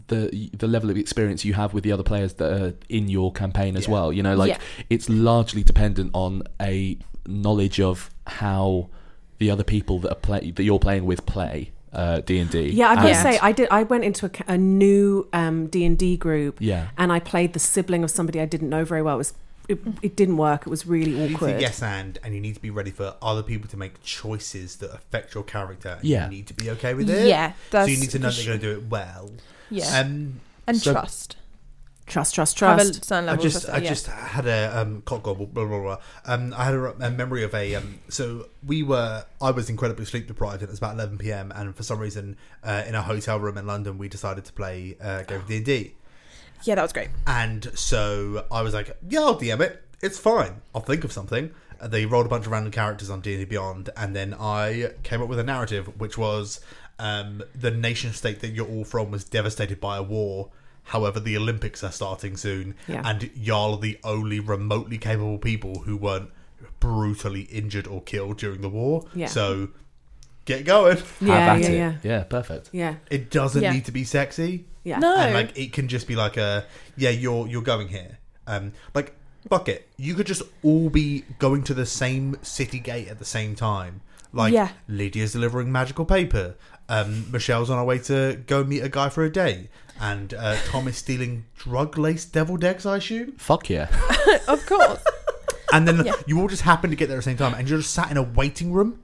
S2: the the level of experience you have with the other players that are in your campaign as
S4: Yeah.
S2: well. You know, like
S1: Yeah.
S2: it's largely dependent on a knowledge of how the other people that are play that you're playing with play uh, D and D.
S3: Yeah, I've got to
S1: Yeah.
S3: say, I did. I went into a, ca- a new um, D and D group,
S2: Yeah.
S3: and I played the sibling of somebody I didn't know very well. It was it, it didn't work. It was
S4: you
S3: really
S4: need to
S3: awkward.
S4: be yes and, and you need to be ready for other people to make choices that affect your character. And
S2: Yeah.
S4: you need to be okay with it.
S1: Yeah,
S4: so
S1: that's
S4: you need to know
S1: for
S4: they're going to do it well.
S1: yeah,
S4: Um,
S1: and
S4: so-
S1: trust.
S3: Trust, trust,
S1: Have a
S3: trust.
S1: certain
S4: I
S1: level of
S4: just,
S1: trust,
S4: I
S1: yeah.
S4: just had a um, cock gobble, blah blah blah. Um, I had a, a memory of a. Um, so we were, I was incredibly sleep deprived, and it was about eleven p.m. And for some reason, uh, in a hotel room in London, we decided to play uh, a game of D and D.
S1: yeah, that was great.
S4: And so I was like, yeah, I'll DM it. It's fine. I'll think of something. And They rolled a bunch of random characters on D&D Beyond, and then I came up with a narrative, which was um, the nation state that you're all from was devastated by a war. However, the Olympics are starting soon,
S3: Yeah.
S4: and y'all are the only remotely capable people who weren't brutally injured or killed during the war.
S3: Yeah.
S4: So get going.
S3: Yeah,
S2: Have at
S3: yeah,
S2: it.
S3: yeah,
S2: perfect.
S3: yeah,
S4: It doesn't
S1: Yeah.
S4: need to be sexy
S3: yeah.
S1: No,
S4: and like it can just be like a yeah you're you're going here um like bucket you could just all be going to the same city gate at the same time like
S1: Yeah.
S4: lydia's delivering magical paper um michelle's on her way to go meet a guy for a day and uh, tom is stealing drug laced deviled eggs i assume
S2: Fuck yeah.
S1: of course.
S4: and then
S1: Yeah.
S4: you all just happen to get there at the same time and you're just sat in a waiting room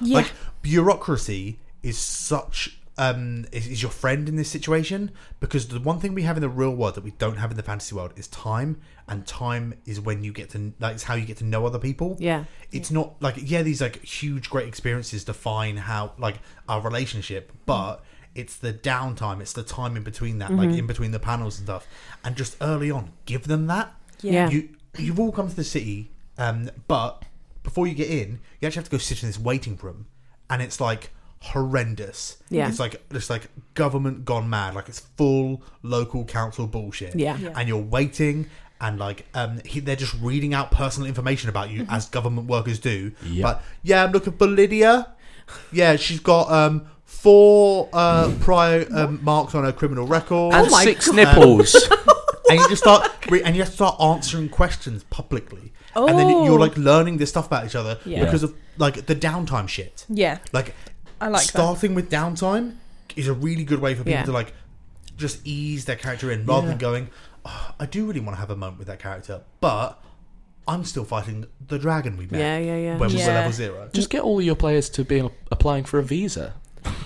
S1: Yeah,
S4: like bureaucracy is such um is, is your friend in this situation because the one thing we have in the real world that we don't have in the fantasy world is time and time is when you get to like it's how you get to know other people
S3: Yeah.
S4: it's not like yeah these like huge great experiences define how like our relationship
S3: Mm.
S4: but it's the downtime it's the time in between that
S3: Mm-hmm.
S4: like in between the panels and stuff and just early on give them that
S3: Yeah.
S4: you you've all come to the city, um, but before you get in, you actually have to go sit in this waiting room, and it's like horrendous.
S3: Yeah.
S4: it's like it's like government gone mad. Like it's full local council bullshit.
S3: Yeah. Yeah.
S4: and you're waiting. And like, um, he, they're just reading out personal information about you
S3: Mm-hmm.
S4: as government workers do.
S2: Yeah.
S4: But yeah, I'm looking for Lydia. Yeah, she's got um four uh prior um, marks on her criminal record
S2: and
S3: Oh my
S2: six
S3: God.
S2: nipples.
S4: and you just start re- and you have to start answering questions publicly and then
S1: Oh.
S4: you're like learning this stuff about each other
S1: Yeah.
S4: because of like the downtime shit
S1: yeah,
S4: like
S1: I like that.
S4: starting with downtime is a really good way for people
S3: Yeah.
S4: to like just ease their character in rather than
S2: Yeah.
S4: going "Oh, i do really want to have a moment with that character but i'm still fighting the dragon we met
S3: Yeah, yeah, yeah.
S4: when we were
S1: Yeah.
S4: level zero
S2: Just get all your players to be applying for a visa.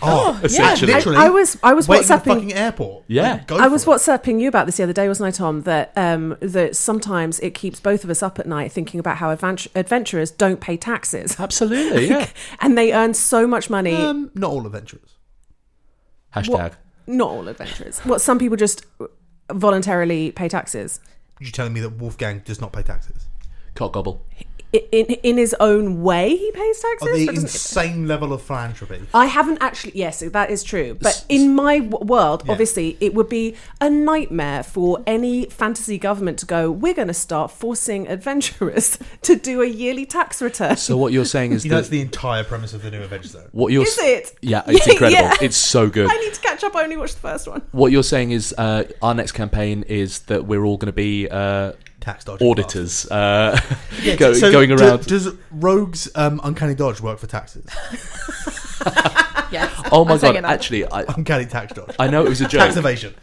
S4: oh,
S2: essentially.
S3: I,
S4: literally
S3: I was, I was
S4: waiting in the
S3: WhatsApping
S4: fucking airport
S2: Yeah.
S4: Like, go
S3: I
S4: for
S3: was
S4: it.
S3: WhatsApping you about this the other day, wasn't I, Tom? That um, that sometimes it keeps both of us up at night thinking about how advent- adventurers don't pay taxes,
S2: Absolutely, yeah.
S3: and they earn so much money.
S4: um, not all adventurers
S2: Hashtag.
S3: What- Not all adventurers. What some people just voluntarily pay taxes.
S4: you telling me that wolfgang does not pay taxes
S2: Cock gobble.
S3: i- in in his own way he pays taxes.
S4: Of the
S3: but doesn't-
S4: insane level of philanthropy.
S3: I haven't actually. Yes, that is
S2: S-
S3: true. But in my w- world,
S4: Yeah.
S3: obviously, it would be a nightmare for any fantasy government to go. We're going to start forcing adventurers to do a yearly tax return.
S2: So what you're saying is
S4: You know,
S2: that
S4: that's the entire premise of the new Avengers, though.
S2: what you're
S3: Is it?
S2: Yeah, it's
S3: Yeah,
S2: incredible.
S3: yeah.
S2: It's so good.
S3: I need to catch up. I only watched the first one.
S2: What you're saying is uh, our next campaign is that we're all going to be uh,
S4: Tax dodging.
S2: auditors uh,
S4: Yeah,
S2: go,
S4: so
S2: going
S4: do-
S2: around.
S4: does Rogue's um, Uncanny Dodge work for taxes?
S1: Yes.
S2: oh my
S1: I'm saying
S2: god!
S1: it now.
S2: Actually, I,
S4: Uncanny Tax Dodge.
S2: I know it was a joke.
S4: Tax evasion.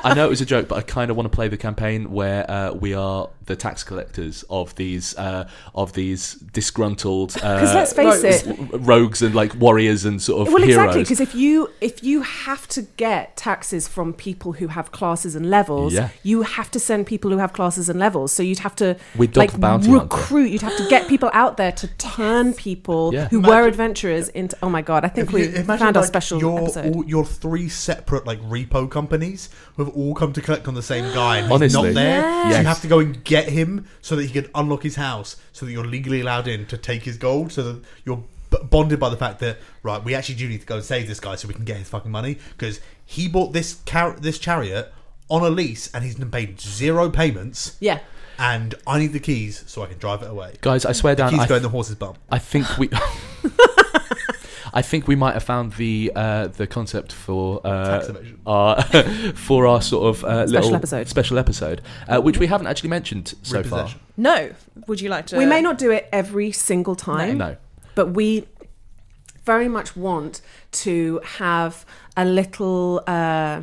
S2: I know it was a joke, but I kind of want to play the campaign where uh, we are the tax collectors of these uh, of these disgruntled
S3: Because
S2: uh,
S3: let's face
S1: Rogues.
S3: it,
S2: rogues and like warriors and sort of
S3: well
S2: heroes.
S3: exactly because if you if you have to get taxes from people who have classes and levels
S2: Yeah.
S3: you have to send people who have classes and levels so you'd have to
S2: We'd dump
S3: like
S2: the bounty hunter.
S3: recruit you'd have to get people out there to turn people
S2: Yeah.
S3: who were
S4: Imagine-
S3: adventurers into oh my god i think
S4: If
S3: we
S4: you- imagine,
S3: found our
S4: like,
S3: special
S4: your,
S3: episode
S4: All, your three separate like repo companies who have all come to collect on the same guy and he's
S2: Honestly.
S4: not there. So
S2: Yes.
S4: you have to go and get him so that he can unlock his house so that you're legally allowed in to take his gold so that you're b- bonded by the fact that right we actually do need to go and save this guy so we can get his fucking money because he bought this car- this chariot on a lease and he's been paid zero payments
S3: yeah
S4: and I need the keys so I can drive it away.
S2: Guys, I swear down,
S4: Keys
S2: I,
S4: go in the horse's bum.
S2: I think we. I think we might have found the uh, the concept for uh,
S4: Tax evasion.
S2: our for our sort of uh,
S3: Special
S2: little
S3: episode.
S2: special episode, uh, which we haven't actually mentioned so far.
S4: Repossession.
S1: No. Would you like to?
S3: we may not do it every single time
S2: No,
S3: but we very much want to have a little uh,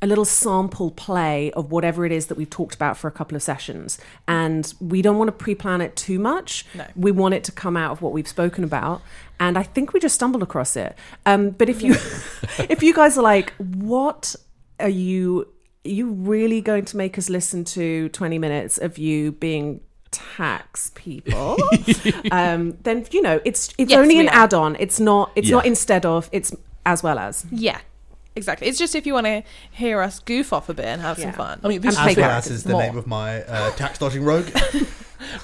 S3: a little sample play of whatever it is that we've talked about for a couple of sessions and we don't want to pre-plan it too much
S1: No.
S3: we want it to come out of what we've spoken about and i think we just stumbled across it um, but if you if you guys are like what are you are you really going to make us listen to 20 minutes of you being tax people um then you know it's it's
S1: Yes,
S3: only
S1: we
S3: an
S1: are.
S3: add-on it's not it's
S2: Yeah.
S3: not instead of it's as well as
S1: Yeah. Exactly. It's just if you want to hear us goof off a bit and have some
S3: Yeah.
S1: fun.
S2: I mean this.
S3: And
S4: As well as
S3: characters
S4: is the
S1: more.
S4: name of my uh, tax dodging rogue.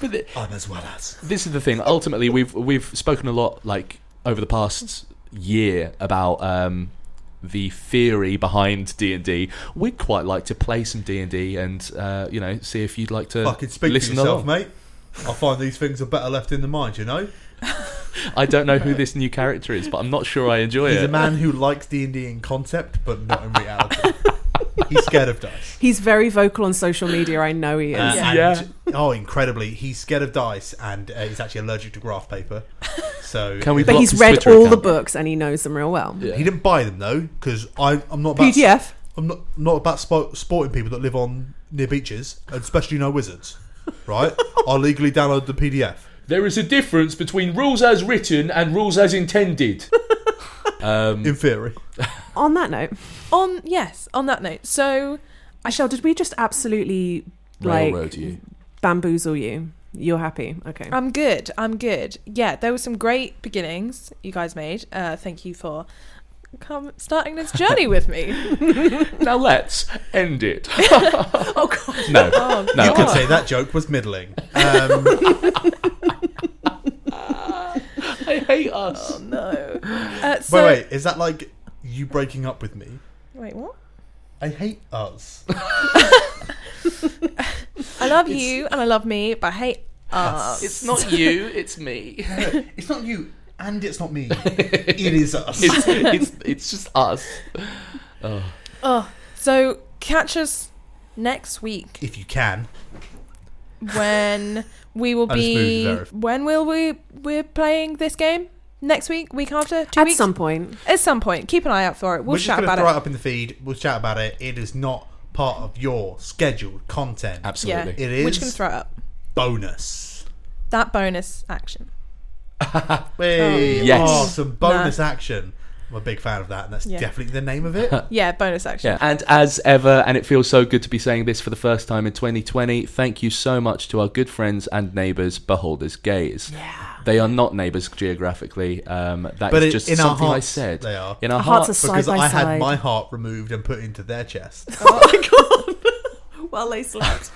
S2: but the-
S4: I'm as well as.
S2: this is the thing. Ultimately, we've we've spoken a lot, like over the past year, about um, the theory behind D and D. We'd quite like to play some D and D, uh, and you know, see if you'd like to
S4: Fucking speak
S2: Uh, listen
S4: for yourself,
S2: along.
S4: mate. I find these things are better left in the mind, you know?
S2: I don't know who this new character is, but I'm not sure I enjoy
S4: He's
S2: it.
S4: a man who likes D&D in concept, but not in reality. He's scared of dice.
S3: he's very vocal on social media i know he is
S4: Uh,
S1: Yeah.
S4: and- Oh, incredibly. He's scared of dice and uh, he's actually allergic to graph paper. So
S2: Can we
S3: but
S2: block
S3: he's
S2: his
S3: read
S2: Twitter
S3: all the
S2: account.
S3: books and he knows them real well
S2: Yeah.
S4: He didn't buy them though, because I'm not about
S3: pdf
S4: I'm not not about spo- sporting people that live on near beaches, and especially no wizards, right? I legally download the PDF.
S2: There is a difference between rules as written and rules as intended.
S4: In theory,
S3: on that note
S1: On yes. On that note, so
S3: michelle did we just absolutely like
S2: Railroad you.
S3: bamboozle you you're happy okay
S1: I'm good. I'm good. Yeah, there were some great beginnings you guys made. Uh, thank you for come starting this journey with me.
S2: Now let's end it. No.
S1: Oh,
S2: No.
S4: you could
S1: God.
S4: say that joke was middling. Um,
S2: I hate us.
S1: Oh, no. Uh,
S4: but
S1: so,
S4: wait, is that like you breaking up with me?
S1: wait, what?
S4: I hate us.
S1: I love you and I love me, but I hate us.
S2: It's not you, it's me.
S4: it's not you, and it's not me. it is us.
S2: It's, it's, it's just us. Oh.
S1: Oh, so catch us next week
S4: if you can,
S1: when we will
S4: I just
S1: be.
S4: moved there.
S1: When will we? We're playing this game next week, week after, two
S3: at
S1: weeks
S3: some point
S1: at some point. Keep an eye out for it. We'll
S4: we're just
S1: shout
S4: gonna
S1: about
S4: throw
S1: it.
S4: it up in the feed. We'll shout about it. It is not part of your scheduled content.
S1: Yeah,
S2: Absolutely.
S4: It
S1: We're
S4: is
S1: just gonna throw it up.
S4: bonus.
S1: That bonus action.
S4: Hey,
S2: Oh. Yes.
S4: oh, some bonus action. I'm a big fan of that, and that's
S1: Yeah.
S4: definitely the name of it.
S1: Yeah, bonus action.
S2: Yeah. And as ever, and it feels so good to be saying this for the first time in 2020, thank you so much to our good friends and neighbours, Beholder's Gaze. Yeah. They are not neighbours geographically. Um, that
S4: But
S2: is
S4: it-
S2: just
S4: in our
S2: something I
S4: hearts,
S2: said.
S4: they are.
S2: In our,
S3: Our hearts
S2: hearts.
S3: are
S4: because
S3: Side by
S4: I
S3: side.
S4: had my heart removed and put into their chest.
S3: oh my god well they slept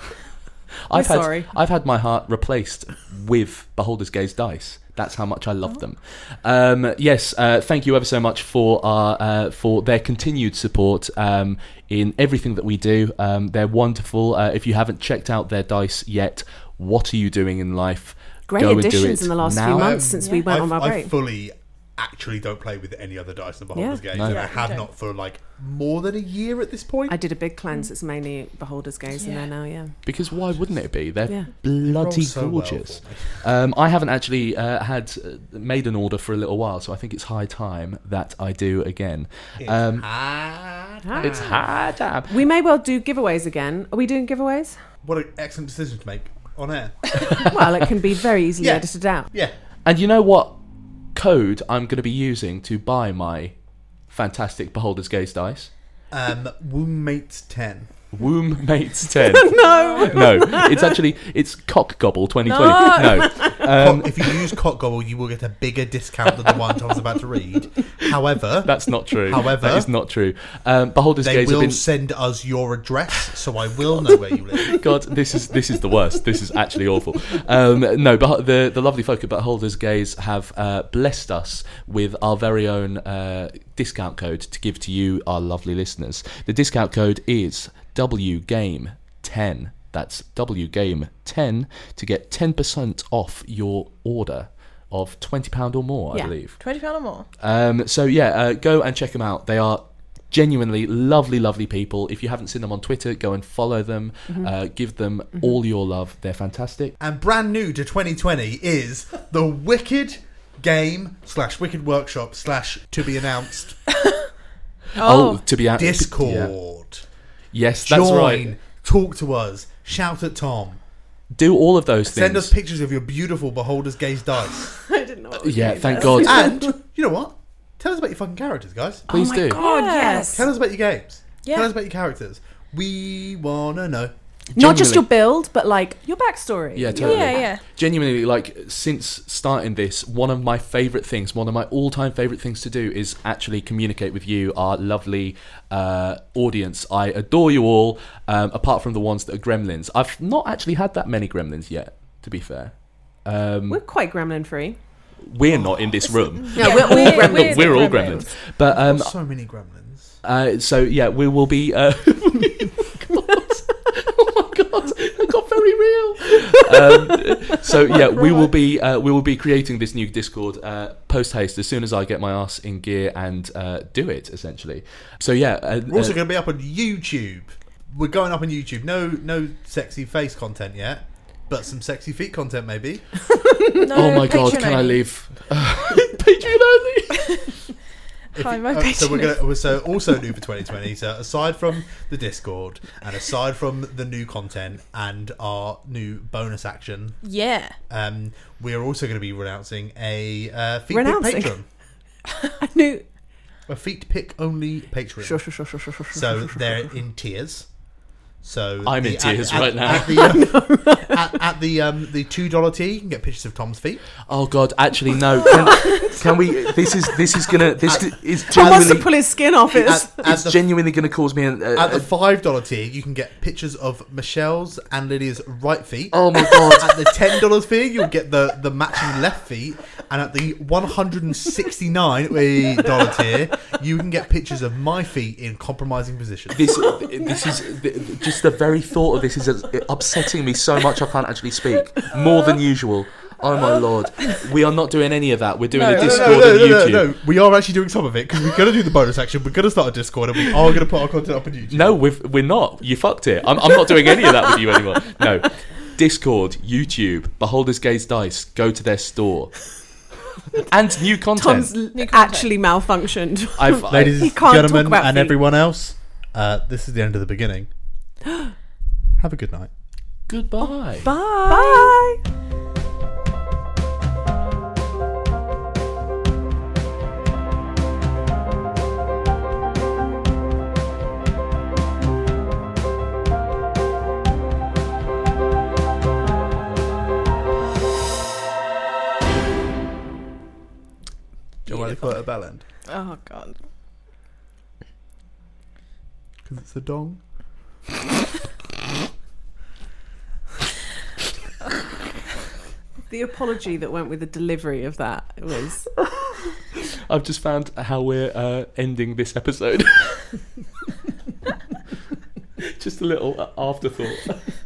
S2: I've
S3: We're
S2: had
S3: sorry.
S2: I've had my heart replaced with Beholder's Gaze dice. That's how much I
S3: Oh.
S2: love them. Um, yes, uh, thank you ever so much for our uh, for their continued support um, in everything that we do. Um, they're wonderful. Uh, if you haven't checked out their dice yet, what are you doing in life?
S3: Great
S2: Go and do
S3: additions
S2: it
S3: in the last few
S2: now.
S3: months since we
S1: Yeah.
S3: went
S4: Um, I,
S3: on our
S4: I
S3: break.
S4: fully actually don't play with any other dice than Beholder's
S3: Yeah.
S4: Gaze.
S2: No.
S4: and
S1: Yeah,
S4: I
S1: you
S4: have
S1: don't.
S4: not for like more than a year at this point.
S3: I did a big cleanse. It's mainly Beholder's Gaze in
S1: Yeah.
S3: there now, yeah.
S2: Because why wouldn't it be? They're
S3: Yeah.
S4: Roll
S2: bloody
S4: so well
S2: gorgeous.
S4: for me.
S2: um, I haven't actually uh, had uh, made an order for a little while, so I think it's high time that I do again. Um,
S4: Ah.
S2: it's high time.
S3: We may well do giveaways again. Are we doing giveaways?
S4: What an excellent decision to make on air.
S3: well, it can be very easily
S4: Yeah.
S3: edited out.
S4: Yeah.
S2: And you know what code I'm going to be using to buy my fantastic Beholder's Gaze dice?
S4: Um, Wombmate 10.
S2: Womb Mates 10.
S3: No.
S2: no, it's actually it's Cock Gobble 2020. No,
S4: Cock- if you use Cockgobble, you will get a bigger discount than the one I was about to read. However,
S2: that's not true.
S4: However-
S2: that is not true. Um, Beholder's
S4: they
S2: Gaze have
S4: will
S2: been
S4: send us your address, so I will know where you live.
S2: God, this is this is the worst. This is actually awful. Um, no, but the the lovely folk at Beholders Gaze have uh, blessed us with our very own uh, discount code to give to you, our lovely listeners. The discount code is WGame10. That's WGame10 to get 10% off your order of £20 or more, I
S3: Yeah.
S2: believe.
S1: Twenty pound or more.
S2: Um, so yeah, uh, go and check them out. They are genuinely lovely, lovely people. If you haven't seen them on Twitter, go and follow them.
S3: Mm-hmm.
S2: Uh, give them all your love. They're fantastic.
S4: And brand new to 2020 is the Wicked Game slash Wicked Workshop slash to be announced
S2: Oh, to be out
S4: Discord.
S2: yeah. Yes, that's
S4: Join,
S2: right.
S4: talk to us, shout at Tom,
S2: Do all of those things.
S4: send us pictures of your beautiful Beholder's Gaze dice.
S3: I didn't know. What was
S2: yeah,
S3: going
S2: thank
S3: there.
S2: God.
S4: And you know what? Tell us about your fucking characters, guys.
S2: Please
S3: oh my
S2: do.
S3: God,
S1: Yeah.
S3: yes.
S4: Tell us about your games.
S1: Yeah.
S4: Tell us about your characters. We wanna know.
S3: Not just
S2: Genuinely.
S3: your build, but like your backstory.
S2: Yeah, totally.
S1: Yeah, yeah.
S2: Genuinely, like since starting this, one of my favourite things, one of my all-time favourite things to do is actually communicate with you, our lovely uh, audience. I adore you all, um, apart from the ones that are gremlins. I've not actually had that many gremlins yet, to be fair. Um,
S3: We're quite gremlin free.
S2: we're not in this room.
S3: Yeah, we're all gremlins.
S1: we're the
S2: We're all gremlins, but um,
S4: There's so many gremlins.
S2: uh, so yeah, we will be. Uh, oh my god! Oh my god! It got very real. Um, so yeah, we will be uh, we will be creating this new Discord uh, post haste as soon as I get my ass in gear and uh, do it essentially. So yeah, uh,
S4: We're also
S2: uh,
S4: gonna be up on YouTube. We're going up on YouTube. No no sexy face content yet. But some sexy feet content maybe.
S1: No,
S2: oh my god!
S1: Patreon
S2: Can I
S1: only.
S2: leave? Patreon only.
S4: If
S1: Hi,
S4: you-
S1: my
S4: uh, so we're
S1: patroness.
S4: gonna so also new for 2020. So aside from the Discord and aside from the new content and our new bonus action,
S1: Yeah.
S4: um, we're also going to be renouncing a uh, feet
S3: Renouncing.
S4: pick patron,
S3: I knew.
S4: a feet pick only patron.
S3: Sure, sure, sure, sure, sure, sure,
S4: So
S3: sure, sure,
S4: they're
S3: sure, sure.
S4: in tears. So
S2: I'm in
S4: at-
S2: tears
S4: at-
S2: right now.
S4: At the, um, at, at the um, the two dollar tier, you can get pictures of Tom's feet.
S2: Oh god! Actually, no. Can, can we? This is this is gonna this is
S3: Tom wants to
S2: genuinely
S3: pull his skin off. It's
S4: At, at
S2: it's
S4: the,
S2: genuinely gonna cause me an.
S4: at
S2: Uh,
S4: the five dollar tier, you can get pictures of Michelle's and Lydia's right feet.
S2: oh my god!
S4: At the ten dollars fee, you'll get the, the matching left feet, and at the one hundred and sixty nine dollar tier, you can get pictures of my feet in compromising positions.
S2: this this is th- just the very thought of this is upsetting me so much I can't actually speak more than usual. Oh my lord, we are not doing any of that. We're doing
S1: No,
S2: a
S1: no,
S4: No,
S2: Discord
S4: no, no,
S2: and
S4: no,
S2: YouTube.
S4: no, no, We are actually doing some of it because we're going to do the bonus action. We're going to start a Discord and we are going to put our content up on YouTube.
S2: No, we've, we're not. You fucked it. I'm, I'm not doing any of that with you anymore. No. Discord, YouTube, Beholder's Gaze Dice, go to their store. And new content.
S3: Tom's l- actually malfunctioned.
S2: I've, I-
S4: ladies,
S3: He can't talk
S4: gentlemen,
S3: about
S4: and
S3: feet.
S4: everyone else, uh, this is the end of the beginning. Have a good night.
S2: goodbye.
S3: Bye.
S4: Do you want to call it a bell end?
S1: Oh god.
S4: Because it's a dong.
S3: The apology that went with the delivery of that was
S2: I've just found how we're uh, ending this episode. just a little uh, afterthought.